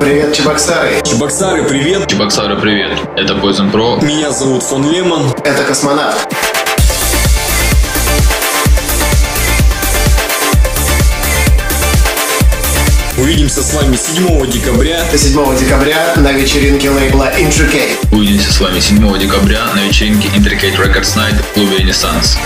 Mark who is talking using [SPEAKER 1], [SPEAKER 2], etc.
[SPEAKER 1] Привет, Чебоксары.
[SPEAKER 2] Чебоксары, привет!
[SPEAKER 3] Чебоксары, привет! Это Poison Pro.
[SPEAKER 2] Меня зовут Фон Лемон.
[SPEAKER 1] Это космонавт.
[SPEAKER 2] Увидимся с вами 7 декабря.
[SPEAKER 1] 7 декабря на вечеринке лейбла Intricate.
[SPEAKER 3] Увидимся с вами 7 декабря на вечеринке Intricate Records Night в клубе Renaissance.